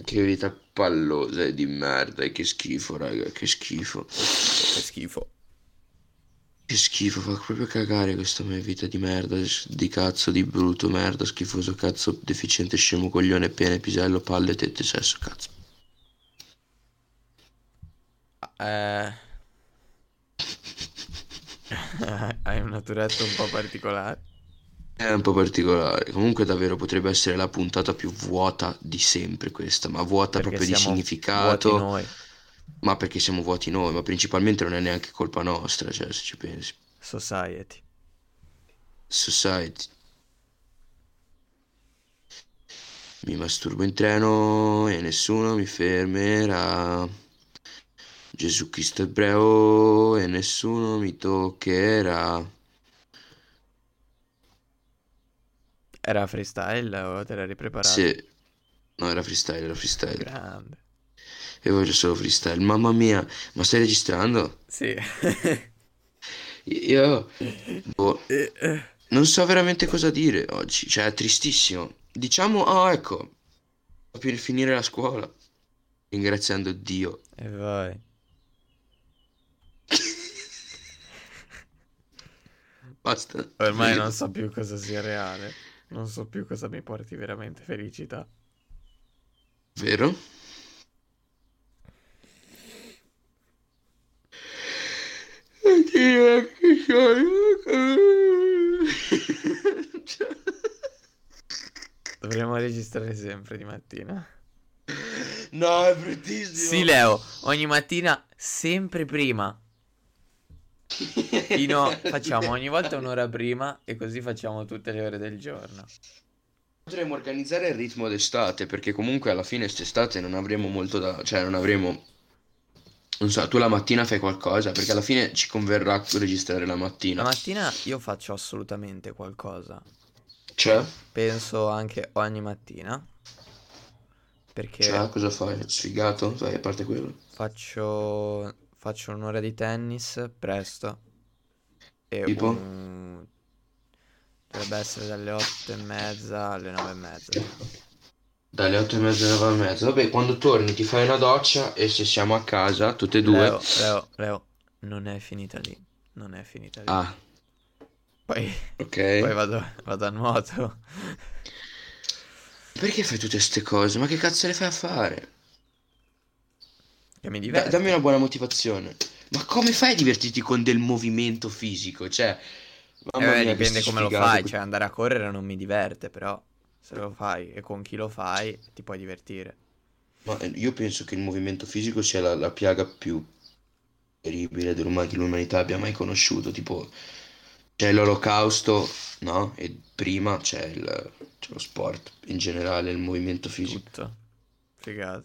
Che vita pallosa e di merda, e che schifo, raga, che schifo. Che schifo. Che schifo, fa proprio cagare questa mia vita di merda, di cazzo, di brutto, merda, schifoso, cazzo, deficiente, scemo, coglione, pene, pisello, palle, tette, sesso, cazzo. Eh... Hai una tourette un po' particolare. È un po' particolare. Comunque, davvero potrebbe essere la puntata più vuota di sempre questa, ma vuota Perché proprio di siamo significato, vuoti noi. ma perché siamo vuoti noi, ma principalmente non è neanche colpa nostra, cioè, se ci pensi. Society. Society. Mi masturbo in treno e nessuno mi fermerà. Gesù Cristo ebreo e nessuno mi toccherà. Era freestyle o te l'eri preparato? Se... No, era freestyle, era freestyle. Grande. E voglio solo freestyle. Mamma mia, ma stai registrando? Sì. Io... boh, Eh, eh. non so veramente cosa dire oggi. Cioè, è tristissimo. Diciamo, ah, ecco. Sto per finire la scuola. Ringraziando Dio. E vai. Basta. Ormai non so più cosa sia reale. Non so più cosa mi porti veramente felicità. Vero? Oddio, che sono- Cioè, Dovremmo registrare sempre di mattina. No, è bruttissimo. Sì, Leo, ogni mattina sempre prima. Fino facciamo ogni volta un'ora prima e così facciamo tutte le ore del giorno. Potremmo organizzare il ritmo d'estate, perché comunque alla fine quest'estate non avremo molto da... Cioè, non avremo... Non so, tu la mattina fai qualcosa, perché alla fine ci converrà registrare la mattina. La mattina io faccio assolutamente qualcosa. Cioè? Penso anche ogni mattina. Perché Cioè, cosa fai? Sfigato? Dai, a parte quello. faccio, faccio un'ora di tennis presto. E Tipo? un- dovrebbe essere dalle 8 e mezza alle 9 e mezza. Dalle 8 e mezza alle 9 e mezza. Vabbè, quando torni ti fai una doccia e se siamo a casa, tutte e due. Leo, Leo, Leo, non è finita lì. Non è finita lì. Ah, Poi, ok. poi vado, vado a nuoto. Perché fai tutte queste cose? Ma che cazzo le fai a fare? Che mi Da- diverto. dammi una buona motivazione. Ma come fai a divertirti con del movimento fisico? Cioè, Eh, mamma mia, che dipende sto come lo sfigato fai. qui. Cioè, andare a correre non mi diverte, però se lo fai e con chi lo fai ti puoi divertire. Ma eh, io penso che il movimento fisico sia la, la piaga più terribile dell'uma- che l'umanità abbia mai conosciuto. Tipo, c'è l'olocausto, no? E prima c'è il- c'è lo sport, in generale, il movimento fisico. Tutto. Figato.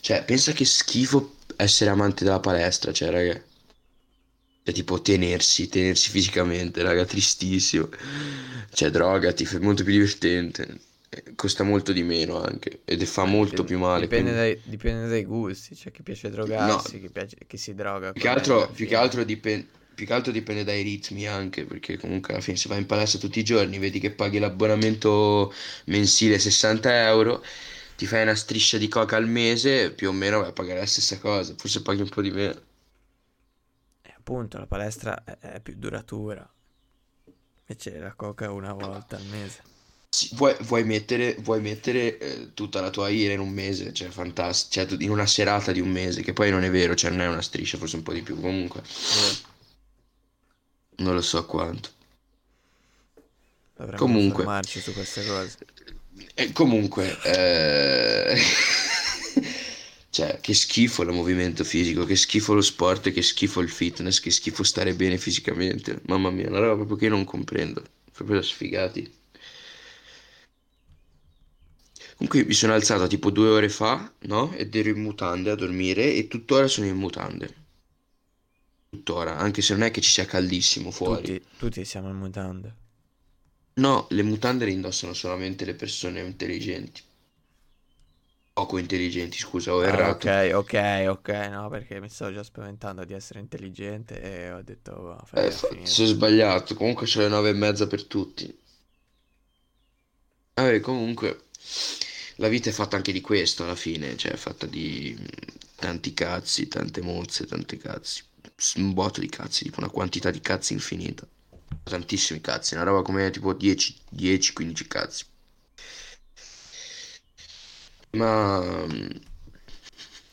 Cioè, pensa che schifo essere amante della palestra, cioè, raga. Cioè, tipo, tenersi, tenersi fisicamente, raga, tristissimo. Cioè, drogati, è molto più divertente. Eh, Costa molto di meno anche. Ed è- fa molto Dipende- più male. Dipende quindi- dai, dipende dai gusti. C'è chi piace drogarsi, chi, piace- chi si droga. Più che correndo altro, alla più che fine. altro dipen- più che altro dipende dai ritmi anche, perché comunque alla fine se vai in palestra tutti i giorni, vedi che paghi l'abbonamento mensile 60 euro, ti fai una striscia di coca al mese, più o meno vai a pagare la stessa cosa, forse paghi un po' di meno. E Eh, appunto, la palestra è, è più duratura. Invece la coca una volta al mese. Sì, vuoi, vuoi mettere, vuoi mettere eh, tutta la tua ira in un mese, cioè fantastico, cioè, tu- in una serata di un mese, che poi non è vero, cioè non è una striscia, forse un po' di più, comunque, Boh, non lo so quanto. Dovremmo Comunque. informarci su queste cose. E comunque, eh, cioè, che schifo il movimento fisico, che schifo lo sport, che schifo il fitness, che schifo stare bene fisicamente. Mamma mia, una roba proprio che io non comprendo. Proprio da sfigati. Comunque mi sono alzato tipo due ore fa, no? Ed ero in mutande a dormire e tuttora sono in mutande. Tuttora, anche se non è che ci sia caldissimo fuori. Tutti, tutti siamo in mutande. No, le mutande le indossano solamente le persone intelligenti. Poco intelligenti, scusa, ho Ah, errato. ok, ok, ok, no, perché mi stavo già spaventando di essere intelligente e ho detto, "Oh, fai Eh, a fa- finire". sono sbagliato. Comunque c'è le nove e mezza per tutti. Vabbè, Ah, comunque, la vita è fatta anche di questo alla fine, cioè è fatta di mh, tanti cazzi, tante mozze, tanti cazzi, S- un botto di cazzi, tipo una quantità di cazzi infinita. Tantissimi cazzi, una roba come tipo 10, 10, 15 cazzi. Ma mm, mh,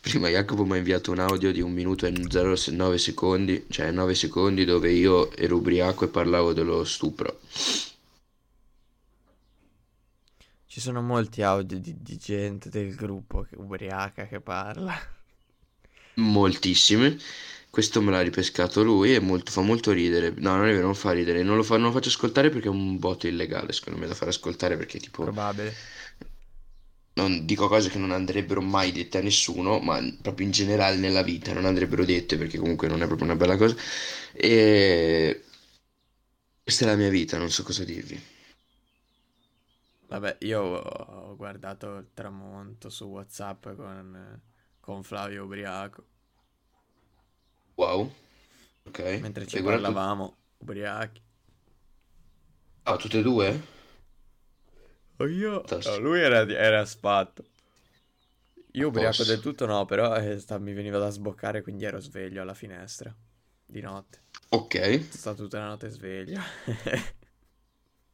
prima Jacopo mi ha inviato un audio di 1 minuto e 09 secondi, cioè 9 secondi dove io ero ubriaco e parlavo dello stupro. Ci sono molti audio di, di gente del gruppo che, ubriaca che parla. Moltissime. Questo me l'ha ripescato lui e molto- fa molto ridere. No, non è vero, non fa ridere. Non lo, fa- non lo faccio ascoltare perché è un botto illegale, secondo me, da far ascoltare perché tipo... Probabile. Non dico cose che non andrebbero mai dette a nessuno, ma proprio in generale nella vita non andrebbero dette perché comunque non è proprio una bella cosa. E... Questa è la mia vita, non so cosa dirvi. Vabbè, io ho guardato il tramonto su WhatsApp con, con Flavio ubriaco. Wow. Ok. Mentre ci Eh, Hai guardato- parlavamo, ubriachi. Ah, tutte e due? Oh, io... Fantastico. no, lui era, era a spatto. A Io ubriaco posto. del tutto no, però eh, sta- mi veniva da sboccare, quindi ero sveglio alla finestra di notte. Ok. Sono stato tutta la notte sveglio.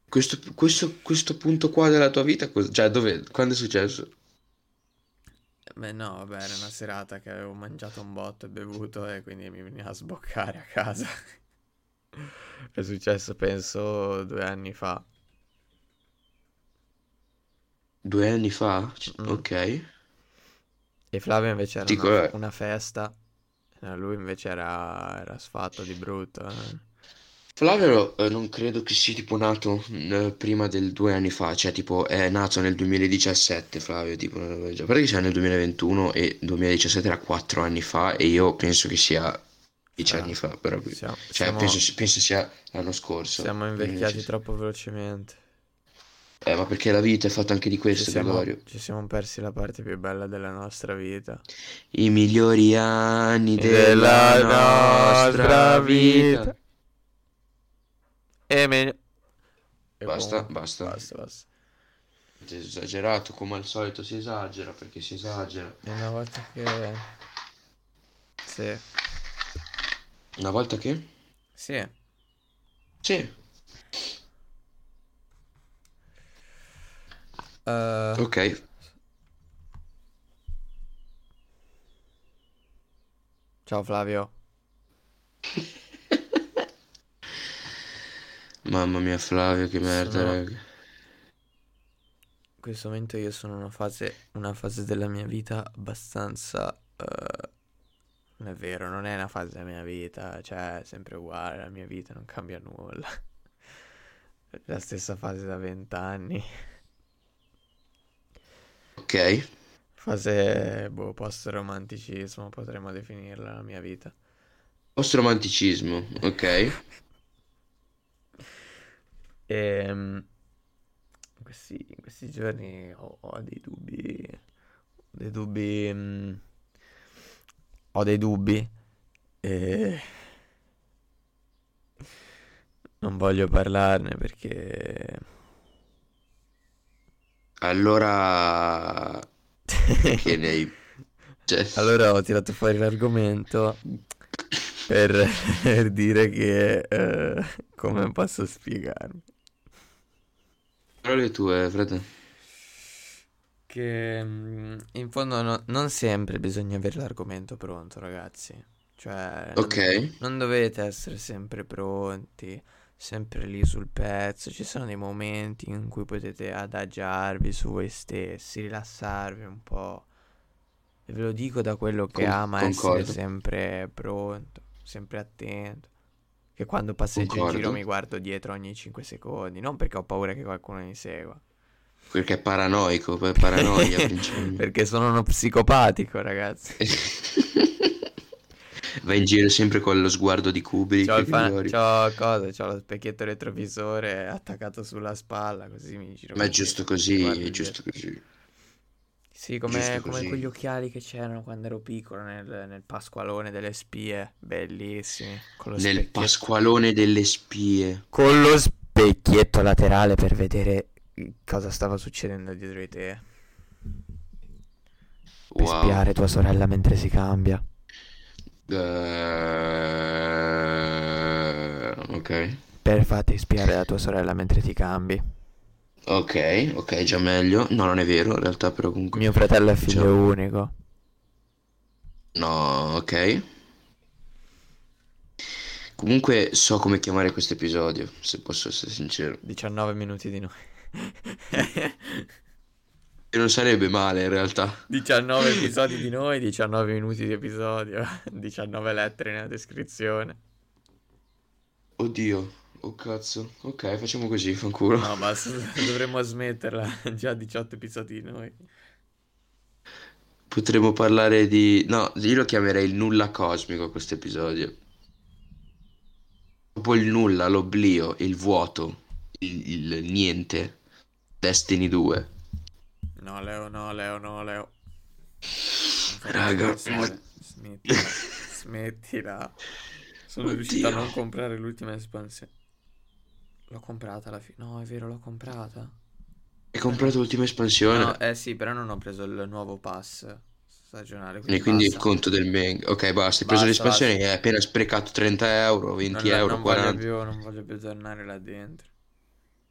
Questo, questo- questo punto qua della tua vita, cos- cioè dove, quando è successo? Beh no, vabbè, era una serata che avevo mangiato un botto e bevuto e quindi mi veniva a sboccare a casa. È successo, penso, due anni fa. Due anni fa? C- Mm. Ok. E Flavio invece era Dico, una, eh. una festa. No, lui invece era, era sfatto di brutto. eh. Flavio eh, non credo che sia tipo nato eh, prima del due anni fa, cioè tipo è nato nel 2017 Flavio, tipo una roba del genere. Guarda che siamo nel 2021 e 2017 era quattro anni fa e io penso che sia dieci Fra- anni fa, però qui- Siamo, cioè siamo- penso, si- penso sia l'anno scorso. siamo Quindi non invecchiati Eh, ci- troppo velocemente. Eh, ma perché la vita è fatta anche di questo, Ci siamo, Gregorio. ci siamo persi la parte più bella della nostra vita. I migliori anni Della della, nostra nostra vita. vita. E me... e Basta, boom. basta. Basta, basta. Esagerato, come al solito si esagera perché si esagera. E una volta che... Sì. Una volta che? Sì. Sì. Eh, Ok. Ciao Flavio. Mamma mia, Flavio, che merda, Sono- raga. In questo momento io sono in una fase, una fase della mia vita abbastanza... eh, non è vero, non è una fase della mia vita, cioè è sempre uguale, la mia vita non cambia nulla. È La stessa fase da vent'anni. Ok. Fase, boh, post-romanticismo, potremmo definirla la mia vita. Post-romanticismo, ok. Ehm, in questi, in questi giorni ho, ho dei dubbi, ho dei dubbi, mm, ho dei dubbi e non voglio parlarne perché Allora, che ne hai? Cioè, allora ho tirato fuori l'argomento per, per dire che eh, come posso spiegarmi? parole tue, frate. Che mm, in fondo no- non sempre bisogna avere l'argomento pronto, ragazzi. Cioè, non, Ok. non dovete essere sempre pronti, sempre lì sul pezzo. Ci sono dei momenti in cui potete adagiarvi su voi stessi, rilassarvi un po'. E ve lo dico da quello che Con- ama concordo. essere sempre pronto, sempre attento. Che quando passeggio in giro Concordo. mi guardo dietro ogni 5 secondi, non perché ho paura che qualcuno mi segua. Perché è paranoico, poi paranoia principalmente. Perché sono uno psicopatico, ragazzi. Va in giro sempre con lo sguardo di Kubrick, C'ho il fan- Gregorio. c'ho cosa? C'ho lo specchietto retrovisore attaccato sulla spalla, così mi giro. Ma è così, giusto mi così, guardo è dietro. giusto così. Sì, come, giusto come così. quegli occhiali che c'erano quando ero piccolo nel, nel Pasqualone delle spie, bellissimi. Con lo Nel specchietto. Pasqualone delle spie. con lo specchietto laterale per vedere cosa stava succedendo dietro di te. Per Wow. spiare tua sorella mentre si cambia. Eh, ok. Per farti spiare la tua sorella mentre ti cambi. Ok, ok, già meglio. No, non è vero, in realtà però comunque... Mio fratello è figlio Cioè- unico. No, ok. Comunque so come chiamare questo episodio, se posso essere sincero. 19 minuti di noi. E non sarebbe male in realtà. 19 episodi di noi, 19 minuti di episodio, 19 lettere nella descrizione. Oddio, oh cazzo. Ok, facciamo così, fanculo. No, ma s- dovremmo smetterla. Già 18 episodi di noi. Potremmo parlare di... No, io lo chiamerei il nulla cosmico questo episodio. Dopo il nulla, l'oblio, il vuoto, il, il niente. Destiny 2. No, Leo, no, Leo, no, Leo. Raga, Smettila, ma- smettila. smettila. Sono riuscito a Oddio. non comprare l'ultima espansione. L'ho comprata alla fine. No, è vero, l'ho comprata. Hai comprato l'ultima espansione? No, eh sì, però non ho preso il nuovo pass stagionale. E Quindi, quindi il basta. conto del Meng. Ok, basta, hai preso Basta, l'espansione e hai appena sprecato 30 euro, 20 non, la- euro, non voglio 40. più, non voglio più tornare là dentro.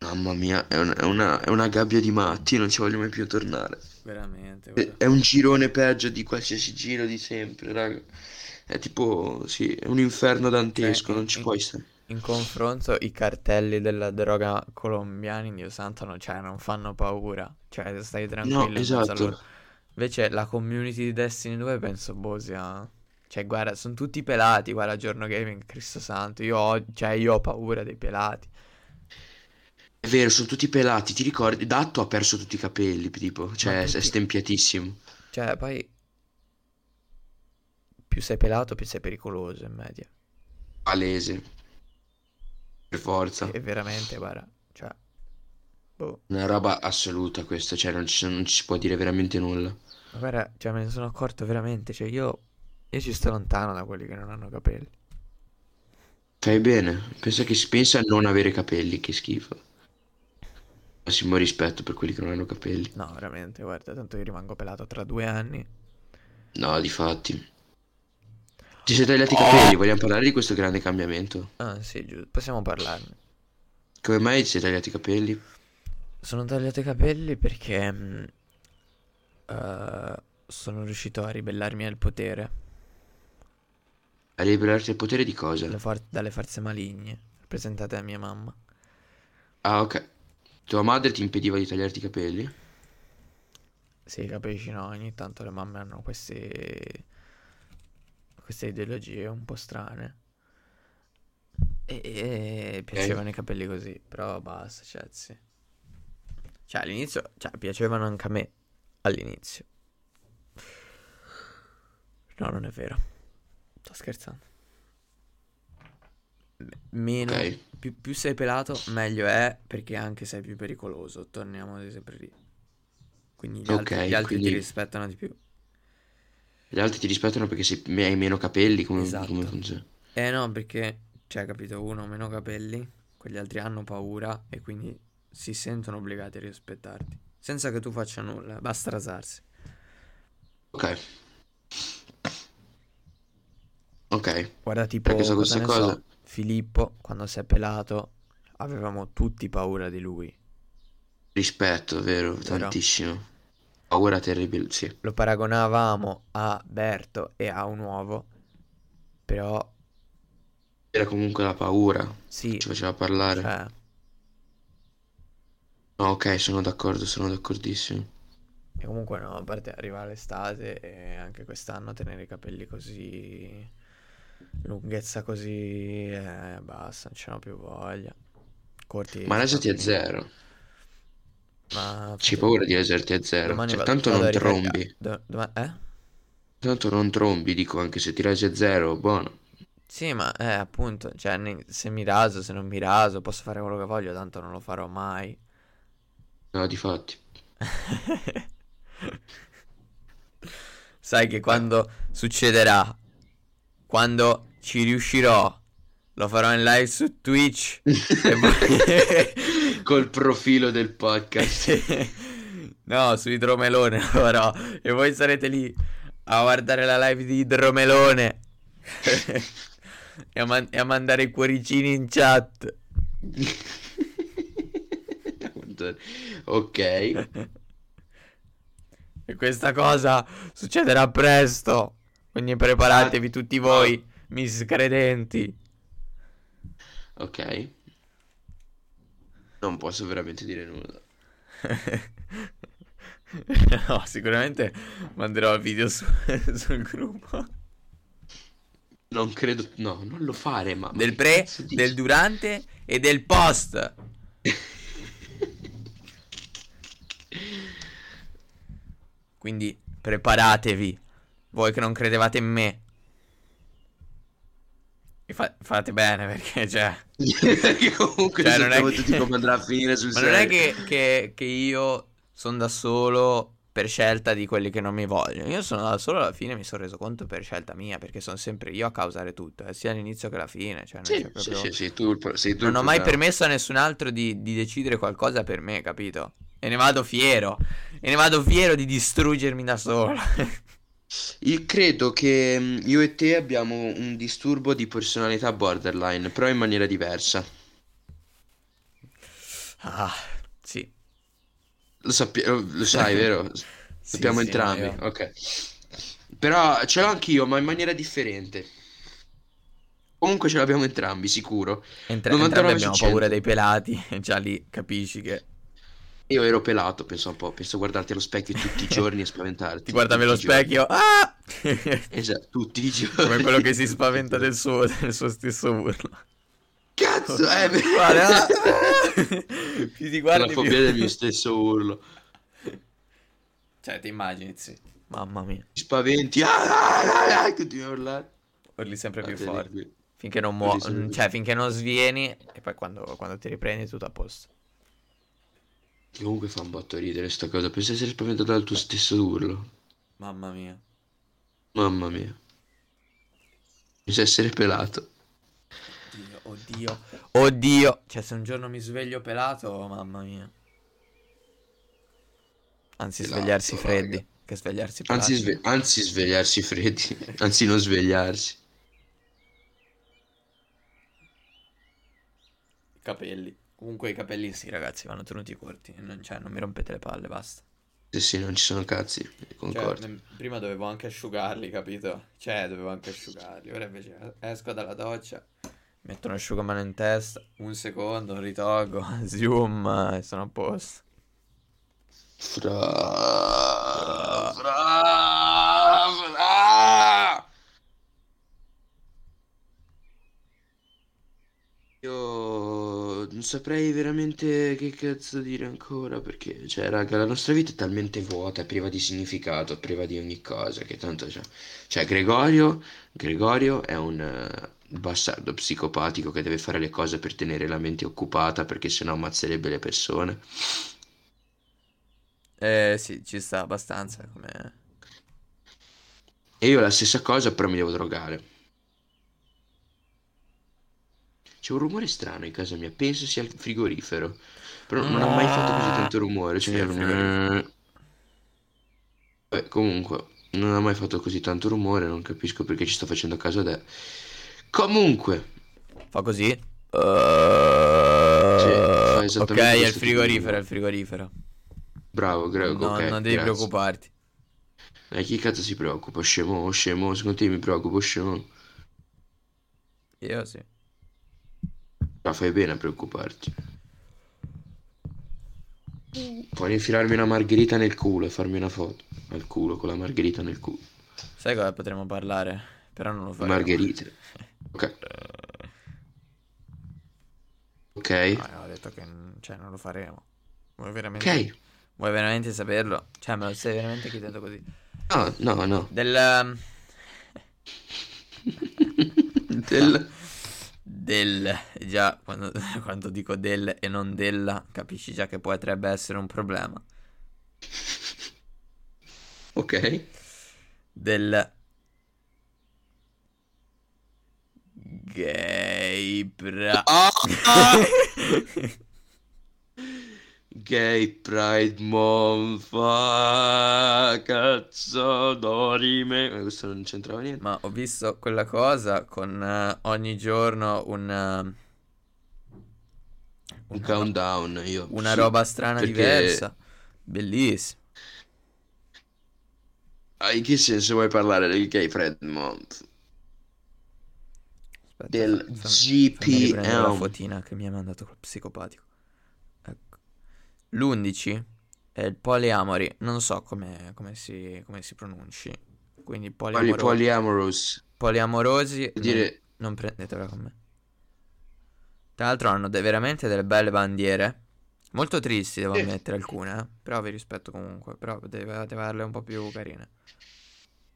Mamma mia, è, un- è una, è una gabbia di matti, non ci voglio mai più tornare. Veramente, È, guarda. è un girone peggio di qualsiasi giro di sempre, raga. È tipo, sì, è un inferno dantesco, Cioè, non ci in- puoi stare. In confronto, i cartelli della droga colombiani, Dio santo, non, cioè, non fanno paura. Cioè, stai tranquillo No, in mezzo a loro. esatto. Invece la community di Destiny 2 penso boh sia... Cioè, guarda, sono tutti pelati, guarda, giorno gaming, Cristo santo. Io ho, cioè, io ho paura dei pelati. È vero, sono tutti pelati, ti ricordi? Datto ha perso tutti i capelli, tipo, cioè, è tutti- stempiatissimo. Cioè, poi... Più sei pelato, più sei pericoloso, in media. Palese. Per forza. E veramente, guarda, cioè... Boh. Una roba assoluta questa, cioè, non ci- non ci si può dire veramente nulla. Ma Guarda, cioè, me ne sono accorto veramente, cioè, io... Io ci sto lontano da quelli che non hanno capelli. Fai bene, pensa che pensa a non avere capelli, che schifo. Massimo rispetto per quelli che non hanno capelli. No, veramente, guarda, tanto io rimango pelato tra due anni. No, difatti. Ti sei tagliati i capelli, vogliamo parlare di questo grande cambiamento? Ah, sì, giusto, possiamo parlarne. Come mai ti sei tagliati i capelli? Sono tagliato i capelli perché mh, eh, sono riuscito a ribellarmi al potere, A liberarti del potere di dalle cosa? for- dalle forze maligne, rappresentate da mia mamma. Ah, ok. Tua madre ti impediva di tagliarti i capelli? Sì, capisci, no? Ogni tanto le mamme hanno queste, queste ideologie un po' strane. E, e piacevano i capelli così, però basta, cioè, sì. Cioè, all'inizio, cioè, piacevano anche a me, all'inizio. No, non è vero. Sto scherzando. M- Meno, Ok. più, più sei pelato, meglio è, perché anche sei più pericoloso. Torniamo sempre lì. Quindi gli altri, Ok, gli altri ti quindi- rispettano di più. Gli altri ti rispettano perché se hai meno capelli, come, Esatto. come funziona? Eh no, perché, cioè, capito, uno ha meno capelli, quegli altri hanno paura e quindi si sentono obbligati a rispettarti. Senza che tu faccia nulla, basta rasarsi. Ok. Ok. Guarda, tipo, Perché so cosa questa ne cosa. so, Filippo, quando si è pelato, avevamo tutti paura di lui. Rispetto, vero, tantissimo. Paura terribile, sì. Lo paragonavamo a Berto e a un uovo, però Era comunque la paura, sì, ci faceva parlare. cioè, No, ok, sono d'accordo, sono d'accordissimo. E comunque no, a parte arrivare l'estate e anche quest'anno tenere i capelli così, lunghezza così, eh, basta, non ce n'ho più voglia. Corti. Ma lasciati a proprio- zero. Ma C'è fate- paura di lasciarti a zero. domani Cioè, vado- tanto vado non a ricaricare- trombi. do- doma- eh? Tanto non trombi, dico, anche se ti lasci a zero, buono. Sì, ma eh, appunto, cioè, ne- se mi raso, se non mi raso, posso fare quello che voglio, tanto non lo farò mai. No, difatti. Sai che quando succederà, quando ci riuscirò, lo farò in live su Eh, Twitch. E poi- Col profilo del podcast. No, su Idromelone, però. E voi sarete lì a guardare la live di Idromelone. e, a man- e a mandare i cuoricini in chat. ok. E questa cosa succederà presto. Quindi preparatevi tutti voi, miscredenti. Ok. Non posso veramente dire nulla. No, sicuramente manderò il video su- sul gruppo. Non credo. No, non lo fare, ma. ma Del che pre, cazzo dici? del durante e del post. Quindi preparatevi, voi che non credevate in me. E fa- fate bene perché, cioè... Che comunque Cioè, non è sappiamo che- tutti come andrà a finire sul Ma non è serio. che, che- che io sono da solo per scelta di quelli che non mi vogliono. Io sono da solo alla fine mi sono reso conto per scelta mia, perché sono sempre io a causare tutto, eh, sia all'inizio che alla fine. Cioè, non Sì, c'è sì, proprio- sì, sì, tu il pro- sei tu Non il ho mai problema. permesso a nessun altro di, di decidere qualcosa per me, capito? E ne vado fiero. E ne vado fiero di distruggermi da solo. Io credo che mm, io e te abbiamo un disturbo di personalità borderline, però in maniera diversa. ah, sì. Lo, sappi- lo- lo sai, vero? Sì, Sappiamo sì, entrambi, io- ok. Però ce l'ho anch'io, ma in maniera differente. Comunque ce l'abbiamo entrambi, sicuro. Entra- 99 entrambi su abbiamo 100. paura dei pelati. Già lì capisci che. Io ero pelato, penso un po', penso a guardarti allo specchio tutti i giorni e spaventarti. Ti guardavi allo tutti i giorni. specchio. Ah! Esatto, tutti i giorni. Come quello che si spaventa del suo, del suo stesso urlo. Cazzo, eh, beh. Guarda, ah! più ti La guardi più. fobia del mio stesso urlo. Cioè, ti immagini, sì. Mamma mia. Ti spaventi, ah, ah, ah, ah, continui a urlare. Ah, Urli sempre più Fateli forte. qui. Finché non Urli muo- sempre più. cioè, finché non svieni e poi quando, quando ti riprendi tutto a posto. Che Comunque fa un botto ridere sta cosa. Pensa di essere spaventato dal tuo stesso urlo. Mamma mia. Mamma mia. Pensa di essere pelato. Oddio, oddio. Oddio. Cioè, se un giorno mi sveglio pelato, mamma mia. Anzi, Pelato, svegliarsi raga. freddi. Che svegliarsi pelati. Anzi, sve- anzi svegliarsi freddi. Anzi non svegliarsi. I capelli. Comunque i capelli sì, ragazzi, vanno tenuti corti. Non, cioè, non mi rompete le palle, basta. Se sì, non ci sono cazzi. Cioè, Concordo. nem- prima dovevo anche asciugarli, capito? Cioè, dovevo anche asciugarli. Ora invece esco dalla doccia, metto un asciugamano in testa, un secondo, ritolgo, zoom, e sono a posto. Fra... Fra... Fra... Io non saprei veramente che cazzo dire ancora perché, cioè, raga, la nostra vita è talmente vuota, priva di significato, priva di ogni cosa, che tanto c'è. Cioè, Gregorio, Gregorio è un eh, bastardo psicopatico che deve fare le cose per tenere la mente occupata perché sennò ammazzerebbe le persone. Eh sì, ci sta abbastanza come... E io la stessa cosa, però mi devo drogare. C'è un rumore strano in casa mia, penso sia il frigorifero. Però non ha mai fatto così tanto rumore. Sì, Cioè... il frigorifero. Vabbè, comunque, non ha mai fatto così tanto rumore, non capisco perché ci sta facendo a caso adesso. Comunque, Fa così? Eh, fa esattamente ok, è il questo tipo di frigorifero, è rumore. il frigorifero. bravo Greg, No, ok, non devi grazie. preoccuparti. Eh, chi cazzo si preoccupa? Scemo, scemo, secondo te mi preoccupo, scemo? Io sì. Ma fai bene a preoccuparti. Puoi infilarmi una margherita nel culo e farmi una foto. Al culo, con la margherita nel culo. Sai cosa potremmo parlare? Però non lo faremo. Margherite. Ok. No, Ok. io ho detto che n- cioè, non lo faremo. Vuoi veramente, Ok. vuoi veramente saperlo? Cioè, me lo stai veramente chiedendo così. No, no, no. Del. um, Ah. Del... Del. Già, quando, quando dico del e non della, capisci già che potrebbe essere un problema. Ok. Del. Gay. Bra. Ah! Gay Pride Month, ah, cazzo, dorime. Ma Eh, questo non c'entrava niente. Ma ho visto quella cosa con eh, ogni giorno un, eh, Un una, ro- countdown, io. una sì, roba strana perché- diversa. Bellissimo. Ah, in che senso vuoi parlare del Gay Pride Month? Aspetta, Del fa- fa- fammi riprendere la GPM. fotina che mi ha mandato quel psicopatico. Ecco. L'11 è il poliamori. Non so come, come si, come si pronunci. Quindi Poli- poliamoro- Polyamorous. poliamorosi Vuol non, dire... non prendetela con me. Tra l'altro hanno de- veramente delle belle bandiere. Molto tristi, devo Sì. ammettere alcune, eh. Però vi rispetto comunque. Però deve averle un po' più carine.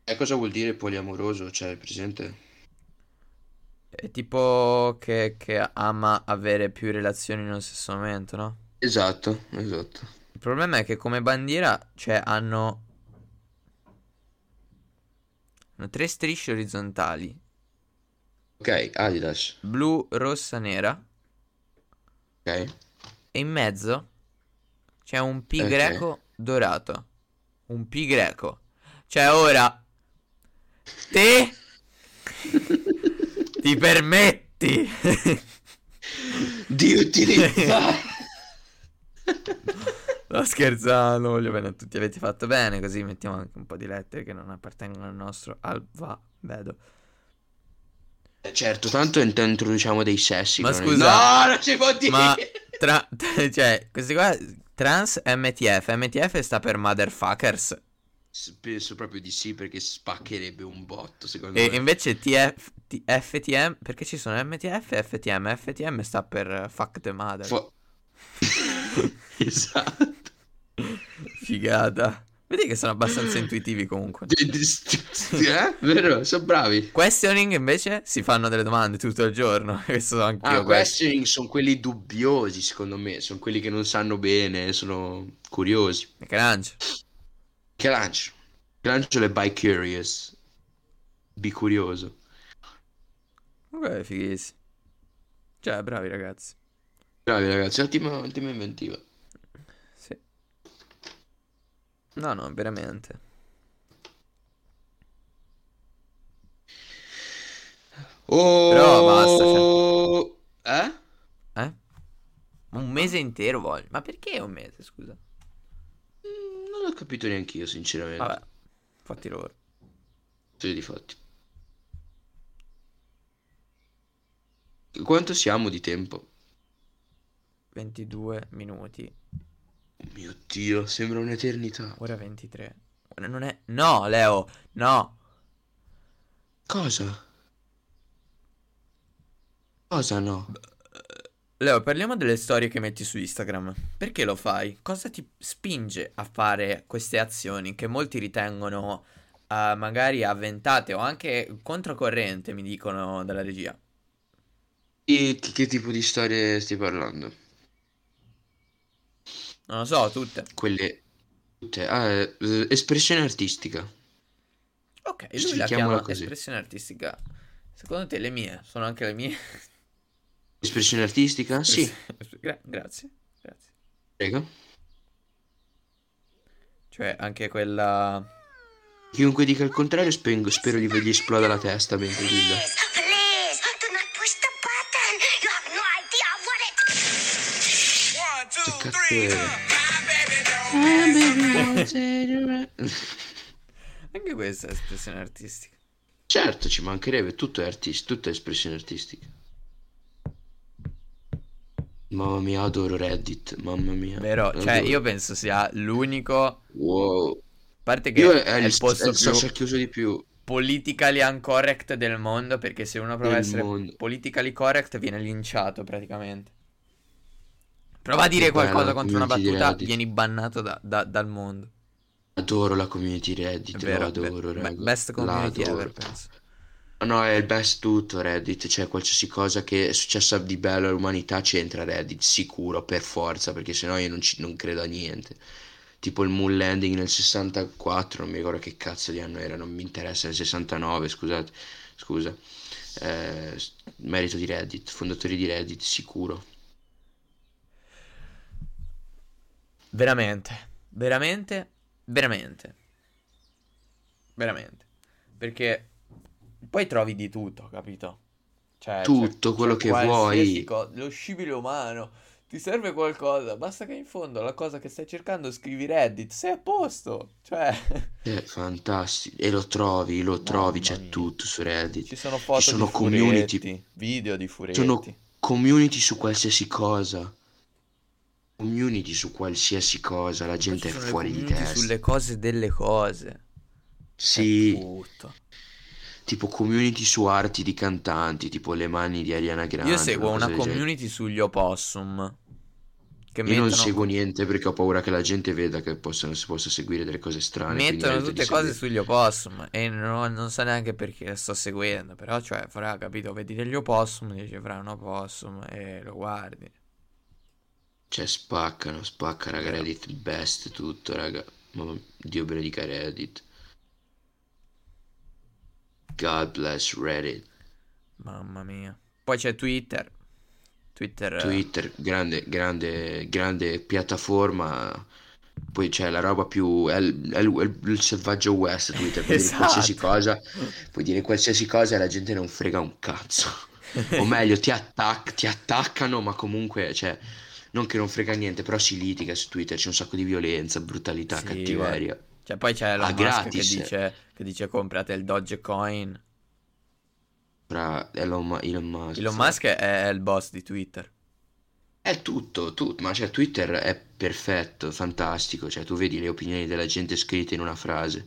E cosa vuol dire poliamoroso? Cioè, presente? È tipo che, che ama avere più relazioni nello stesso momento, no? Esatto, esatto. Il problema è che come bandiera, cioè, hanno, hanno tre strisce orizzontali, Ok, Adidas. blu, rossa, nera, Ok. e in mezzo c'è un pi Ok. greco dorato. Un pi greco. Cioè, ora, te ti permetti Di utilizzare... Sto scherzando, voglio bene a tutti, avete fatto bene, così mettiamo anche un po' di lettere che non appartengono al nostro alfabeto. Eh, Certo, tanto int- introduciamo diciamo, dei sessi. Ma con- scusa, no, non si può dire. Ma tra, cioè, questi qua trans MTF, MTF sta per motherfuckers S- Penso proprio di sì, perché spaccherebbe un botto, secondo e me. invece TF, T- FTM, perché ci sono MTF e FTM, FTM sta per eh, fuck the mother. Fo- esatto. Figata. Vedi che sono abbastanza intuitivi comunque. Di- di- st- st- eh? Vero, sono bravi. Questioning invece si fanno delle domande tutto il giorno, questo so anch'io Ah, questo. questi sono quelli dubbiosi, secondo me. Sono quelli che non sanno bene, sono curiosi. Michelangelo. Che lancio? Che lancio le by curious. Bi curioso. Ok, fighissimo. Cioè, bravi ragazzi. Bravi ragazzi, ottima, ottima inventiva. Sì. No, no, veramente. Oh, Però basta, eh? Eh? Un mese intero voglio. Ma perché un mese, scusa? Mm, Non l'ho capito neanche io, sinceramente. Vabbè, fatti loro. Sì, di fatti. Quanto siamo di tempo? 22 minuti, Oh mio Dio, sembra un'eternità. ora 23. Ora Non è... No, Leo, no. Cosa? Cosa no? Leo, parliamo delle storie che metti su Instagram. Perché lo fai? Cosa ti spinge a fare queste azioni che molti ritengono eh, magari avventate o anche controcorrente, mi dicono dalla regia? E che, che tipo di storie stai parlando? Non lo so, tutte. Quelle... tutte- Ah, eh, eh, espressione artistica. Ok, lui la Giustifichiamola chiama così. espressione artistica. Secondo te le mie sono anche le mie? Espressione artistica? Sì, Gra- grazie, grazie. prego. Cioè, anche quella... Chiunque dica il contrario, spengo- spero gli, gli esploda la testa mentre guida. Please, please, do not push the button. You have no idea what it. One, two, Che cazzo three, è? Eh, huh? My baby don't Anche questa è espressione artistica. Certo, ci mancherebbe, tutto è artis- tutto è espressione artistica. Mamma mia, adoro Reddit, mamma mia. Vero, cioè, Adoro. io penso sia l'unico... A Wow. parte che Io è è il, il è posto il più social chiuso di più politically uncorrect del mondo, perché se uno prova a del essere mondo. politically correct viene linciato praticamente. Prova a dire Che bella qualcosa la contro una community di battuta, Reddit. vieni bannato da- da- dal mondo. Adoro la community Reddit, È lo vero, be- adoro, be- raga. best La community adoro. ever, penso. No, è il best tutto Reddit, cioè qualsiasi cosa che è successa di bello all'umanità c'entra Reddit, sicuro, per forza, perché sennò io non, ci, non credo a niente. Tipo il moon landing nel 64, non mi ricordo che cazzo di anno era, non mi interessa, nel 69, scusate, scusa. Eh, s- merito di Reddit, fondatori di Reddit, sicuro. Veramente, veramente, veramente. Veramente. Perché poi trovi di tutto, capito? Cioè, Tutto quello che qualsiasi vuoi. co- lo scibile umano. Ti serve qualcosa, basta che in fondo la cosa che stai cercando scrivi Reddit, sei a posto. Cioè, È Eh, fantastico. E lo trovi, lo trovi, Mamma c'è mia. tutto su Reddit. ci sono foto sono di community. furetti, video di furetti. Sono community su qualsiasi cosa. Community su qualsiasi cosa, la gente è Ci sono le fuori di community testa. sulle Ecco. cose delle cose. È Sì, tutto. tipo community su arti di cantanti, tipo le mani di Ariana Grande. Io seguo cosa una del genere. community sugli opossum. Che Io non mettono, seguo niente perché ho paura che la gente veda che possano- si possa seguire delle cose strane. quindi mettono evito di tutte cose seguirle. sugli opossum. E non, non so neanche perché le sto seguendo. Però, cioè, fra, capito, vedi degli opossum, dici fra un opossum e lo guardi. Cioè, spaccano, spacca, raga, Vero. Reddit il best, tutto, raga. Mamma mia, Dio benedica Reddit. God bless Reddit. Mamma mia. Poi c'è Twitter. Twitter. eh, Twitter, grande, grande, grande piattaforma. Poi c'è la roba più... È il, è il- è il selvaggio West Twitter, puoi dire Esatto. qualsiasi cosa, puoi dire qualsiasi cosa e la gente non frega un cazzo. O meglio, ti, attac- ti attaccano, ma comunque, cioè, non che non frega niente, però si litiga su Twitter, c'è un sacco di violenza, brutalità, Sì, cattiveria. Cioè, poi c'è la Ah, Musk che gratis. dice, che dice comprate il Dogecoin. Tra Elon, Ma- Elon Musk. Elon Musk è il boss di Twitter. È tutto, tu- ma cioè Twitter è perfetto, fantastico, cioè tu vedi le opinioni della gente scritte in una frase.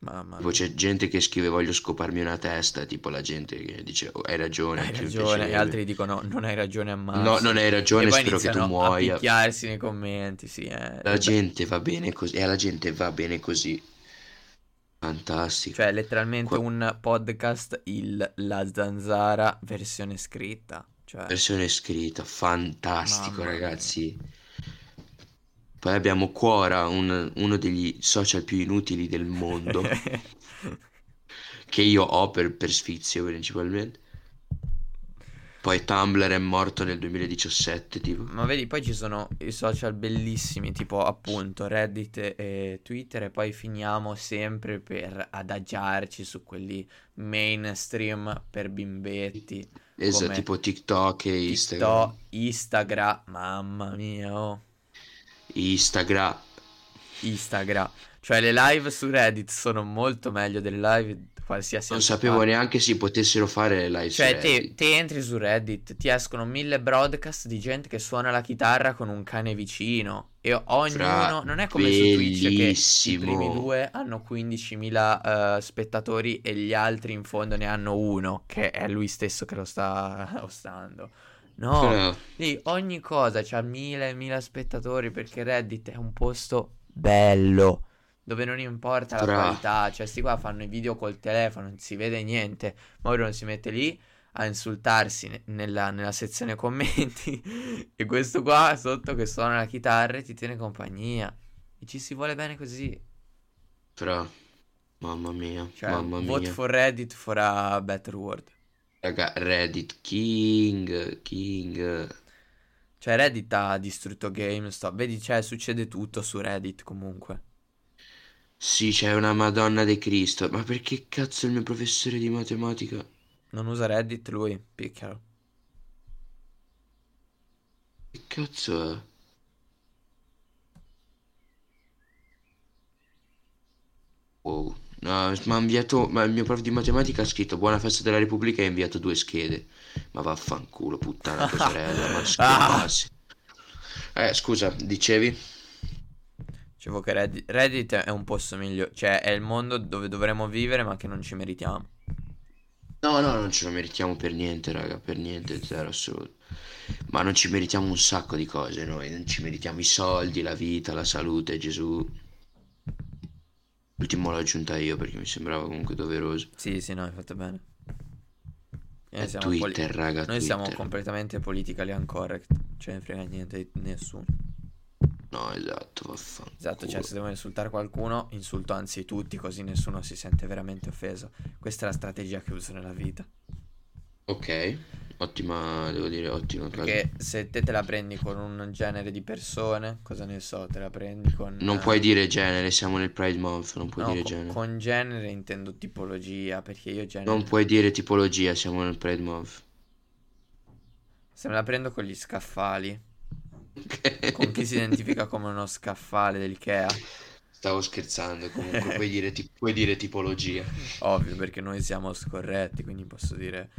Mamma Tipo mia. c'è gente che scrive voglio scoparmi una testa, tipo la gente che dice "Oh, hai ragione, Hai anche mi ragione, e piacerebbe". altri dicono non hai ragione a mano. No, non hai e ragione, poi spero che tu iniziano muoia. a picchiarsi nei commenti, sì, eh. La gente va bene così, e alla gente va bene così. Fantastico. Cioè, letteralmente Qua- un podcast il La Zanzara versione scritta, cioè Versione scritta, fantastico Mamma mia. ragazzi. Poi abbiamo Quora, un- uno degli social più inutili del mondo, che io ho per, per sfizio principalmente. Poi Tumblr è morto nel 2017, tipo. Ma vedi, poi ci sono i social bellissimi, tipo appunto Reddit e Twitter, e poi finiamo sempre per adagiarci su quelli mainstream per bimbetti. Esatto, Come tipo TikTok e Instagram. TikTok, Instagram, mamma mia, oh. Instagram. Instagram. Cioè le live su Reddit sono molto meglio delle live di qualsiasi Non altra sapevo parte. neanche si potessero fare le live su Cioè te, Reddit. te entri su Reddit, ti escono mille broadcast di gente che suona la chitarra con un cane vicino e ognuno, Fra- non è come su Twitch che i bellissimo. primi due hanno 15.000 eh, spettatori e gli altri in fondo ne hanno uno, che è lui stesso che lo sta ostando. No, Fra- Lì ogni cosa c'ha mila e mila spettatori perché Reddit è un posto bello dove non importa la Tra- qualità, cioè sti qua fanno i video col telefono, non si vede niente, ma uno si mette lì a insultarsi ne- nella, nella sezione commenti e questo qua sotto che suona la chitarra e ti tiene compagnia e ci si vuole bene così, fra- Mamma mia, cioè mamma vote mia. for Reddit for a better world. Raga, Reddit King, King. Cioè Reddit ha distrutto GameStop, vedi, cioè succede tutto su Reddit comunque. Sì, c'è una Madonna di Cristo. Ma perché cazzo il mio professore di matematica? Non usa Reddit lui, picchialo. Che cazzo è? Wow. No, ma ha inviato. Ma il mio prof di matematica ha scritto Buona festa della Repubblica e ha inviato due schede. Ma vaffanculo, puttana tua sorella, ma scherzi. Eh, scusa, dicevi? Dicevo che Reddit, Reddit è un posto migliore, cioè è il mondo dove dovremmo vivere ma che non ci meritiamo. No, no, non ce lo meritiamo per niente, raga, per niente, zero assoluto. Ma non ci meritiamo un sacco di cose noi, non ci meritiamo i soldi, la vita, la salute, Gesù. L'ultimo l'ho aggiunta io perché mi sembrava comunque doveroso. Sì, sì, no, hai fatto bene. Noi È siamo poli- Twitter, raga, noi siamo Twitter. completamente politically uncorrect, cioè ne frega niente di nessuno. No, esatto, vaffanculo. Esatto, cioè se devo insultare qualcuno, insulto anzi tutti così nessuno si sente veramente offeso. Questa è la strategia che uso nella vita. Ok, ottima, devo dire, ottima cosa. Perché se te te la prendi con un genere di persone, cosa ne so, te la prendi con... Non puoi dire genere, siamo nel Pride Month, non puoi Ah. no, dire co- genere. con genere intendo tipologia, perché io genere... Non puoi dire tipologia, siamo nel Pride Month. Se me la prendo con gli scaffali, con chi si identifica come uno scaffale dell'IKEA, Stavo scherzando, comunque puoi dire, ti- puoi dire tipologia. ovvio, perché noi siamo scorretti, quindi posso dire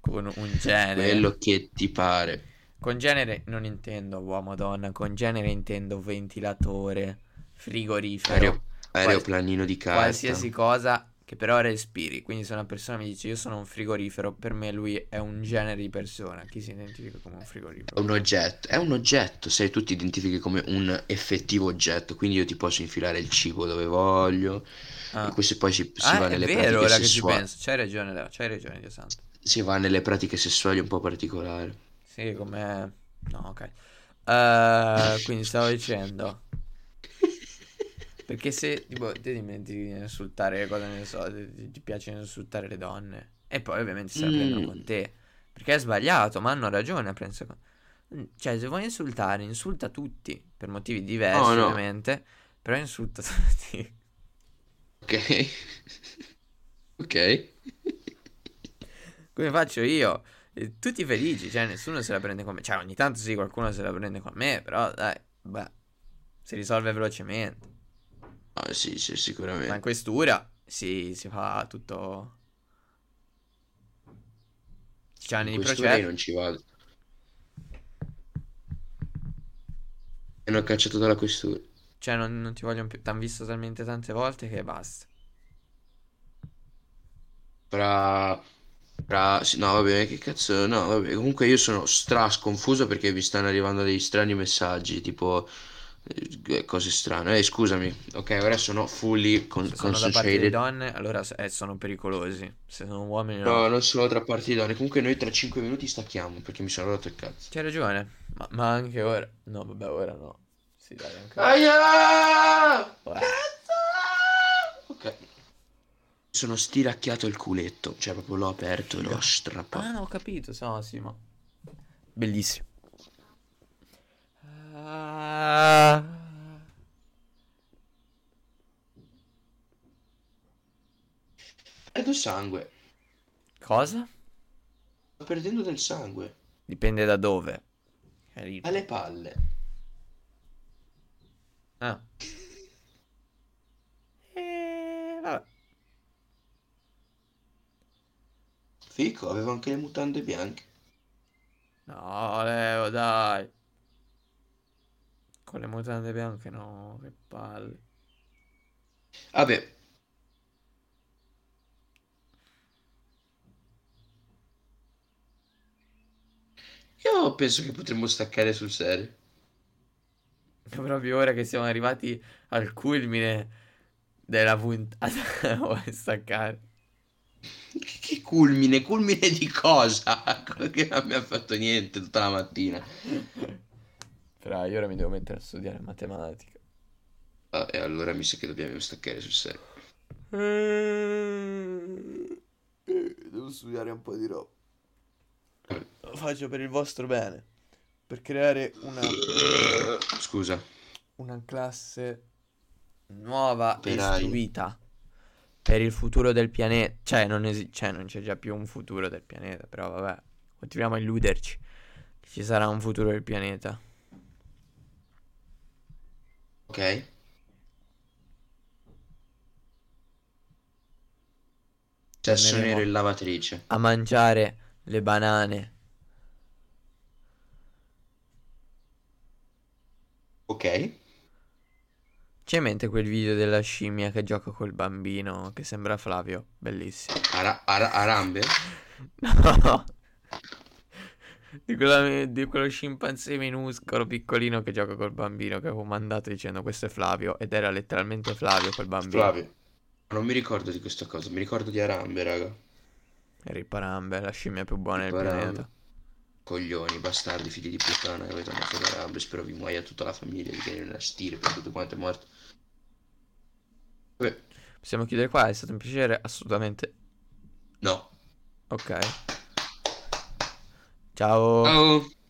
con un genere. Quello che ti pare. Con genere non intendo uomo, donna, con genere intendo ventilatore, frigorifero, Aereo- aeroplanino di carta. qualsiasi cosa che però respiri. Quindi se una persona mi dice io sono un frigorifero, per me lui è un genere di persona. Chi si identifica come un È frigorifero? un oggetto, è un oggetto, se tu ti identifichi come un effettivo oggetto, quindi io ti posso infilare il cibo dove voglio, Ah. e questo poi si, si Ah, va è nelle vero, ora pratiche che ci sessuali, penso. C'hai ragione, Leo, c'hai ragione, Dio santo. si va nelle pratiche sessuali un po' particolari. Sì, come... No, ok. Eh, quindi stavo dicendo... Perché se tipo, te dimentichi di insultare, cosa ne so, ti, ti piace insultare le donne. E poi ovviamente se la prendono Mm. con te. Perché è sbagliato, ma hanno ragione a prendere con... Mm, Cioè, se vuoi insultare, insulta tutti. Per motivi diversi, Oh, No, no. ovviamente. Però insulta tutti. Ok? ok? Come faccio io? Eh, Tutti felici, cioè nessuno se la prende con me. Cioè, ogni tanto sì, qualcuno se la prende con me, però dai, beh, si risolve velocemente. Ah, sì, sì, Ma in sicuramente. questura si, si fa tutto. C'è anni In di questura io processo. non ci vado. Mi hanno cacciato dalla questura. Cioè, non, non ti vogliono più. T'han visto talmente tante volte che basta. Fra... fra- sì, No, vabbè, che cazzo... No, vabbè, comunque io sono stra sconfuso perché mi stanno arrivando degli strani messaggi, tipo eh, cose strane. Eh, scusami. Ok, ora sono fully con- Se sono da parte concentrated. di donne, allora eh, sono pericolosi. Se sono uomini, no. No, non solo tra parti di donne. Comunque noi tra 5 minuti stacchiamo perché mi sono rotto il cazzo. C'hai ragione. Ma, ma anche ora. No, vabbè, ora no. Sì, dai, anche Ah, ora. Aia! Ora. Ok. Mi Sono stiracchiato il culetto, cioè proprio l'ho aperto e l'ho strappato. Ah, no, ho capito. So, sì, ma. Bellissimo. Ah. Perdo sangue. Cosa? Sto perdendo del sangue. Dipende da dove. Carino. Alle palle. Ah. Eh, vabbè. Fico, avevo anche le mutande bianche. No, Leo, dai. Con le mutande bianche no, che palle. Vabbè, io penso che potremmo staccare sul serio. È proprio ora che siamo arrivati al culmine della puntata. Vuoi staccare? Che, che culmine, culmine di cosa? Che non mi ha fatto niente tutta la mattina. Però io ora mi devo mettere a studiare matematica. Ah, e allora mi sa che dobbiamo staccare sul serio. Eh, Devo studiare un po' di roba. Lo faccio per il vostro bene. Per creare una, Scusa, una classe nuova e Operai. istruita. Per il futuro del pianeta. Cioè non, esi- cioè, non c'è già più un futuro del pianeta. Però vabbè. Continuiamo a illuderci. Che ci sarà un futuro del pianeta. ok? Cesso Torneremo nero in lavatrice. A mangiare le banane. Ok? C'è in mente quel video della scimmia che gioca col bambino che sembra Flavio? Bellissimo. Ara- ara- arambe? No. Di, quella- di quello scimpanzé minuscolo piccolino che gioca col bambino che avevo mandato dicendo questo è Flavio ed era letteralmente Flavio quel bambino. Flavio. Non mi ricordo di questa cosa, mi ricordo di arambe, raga. Riparambe, la scimmia più buona del Riparambe. pianeta. Coglioni, bastardi, figli di puttana che avete andato da Rambo. Spero vi muoia tutta la famiglia, vi viene una stirpe, tutto quanto è morto. Vabbè, Possiamo chiudere qua, è stato un piacere assolutamente. no. Ok. Ciao. Boh. Ciao.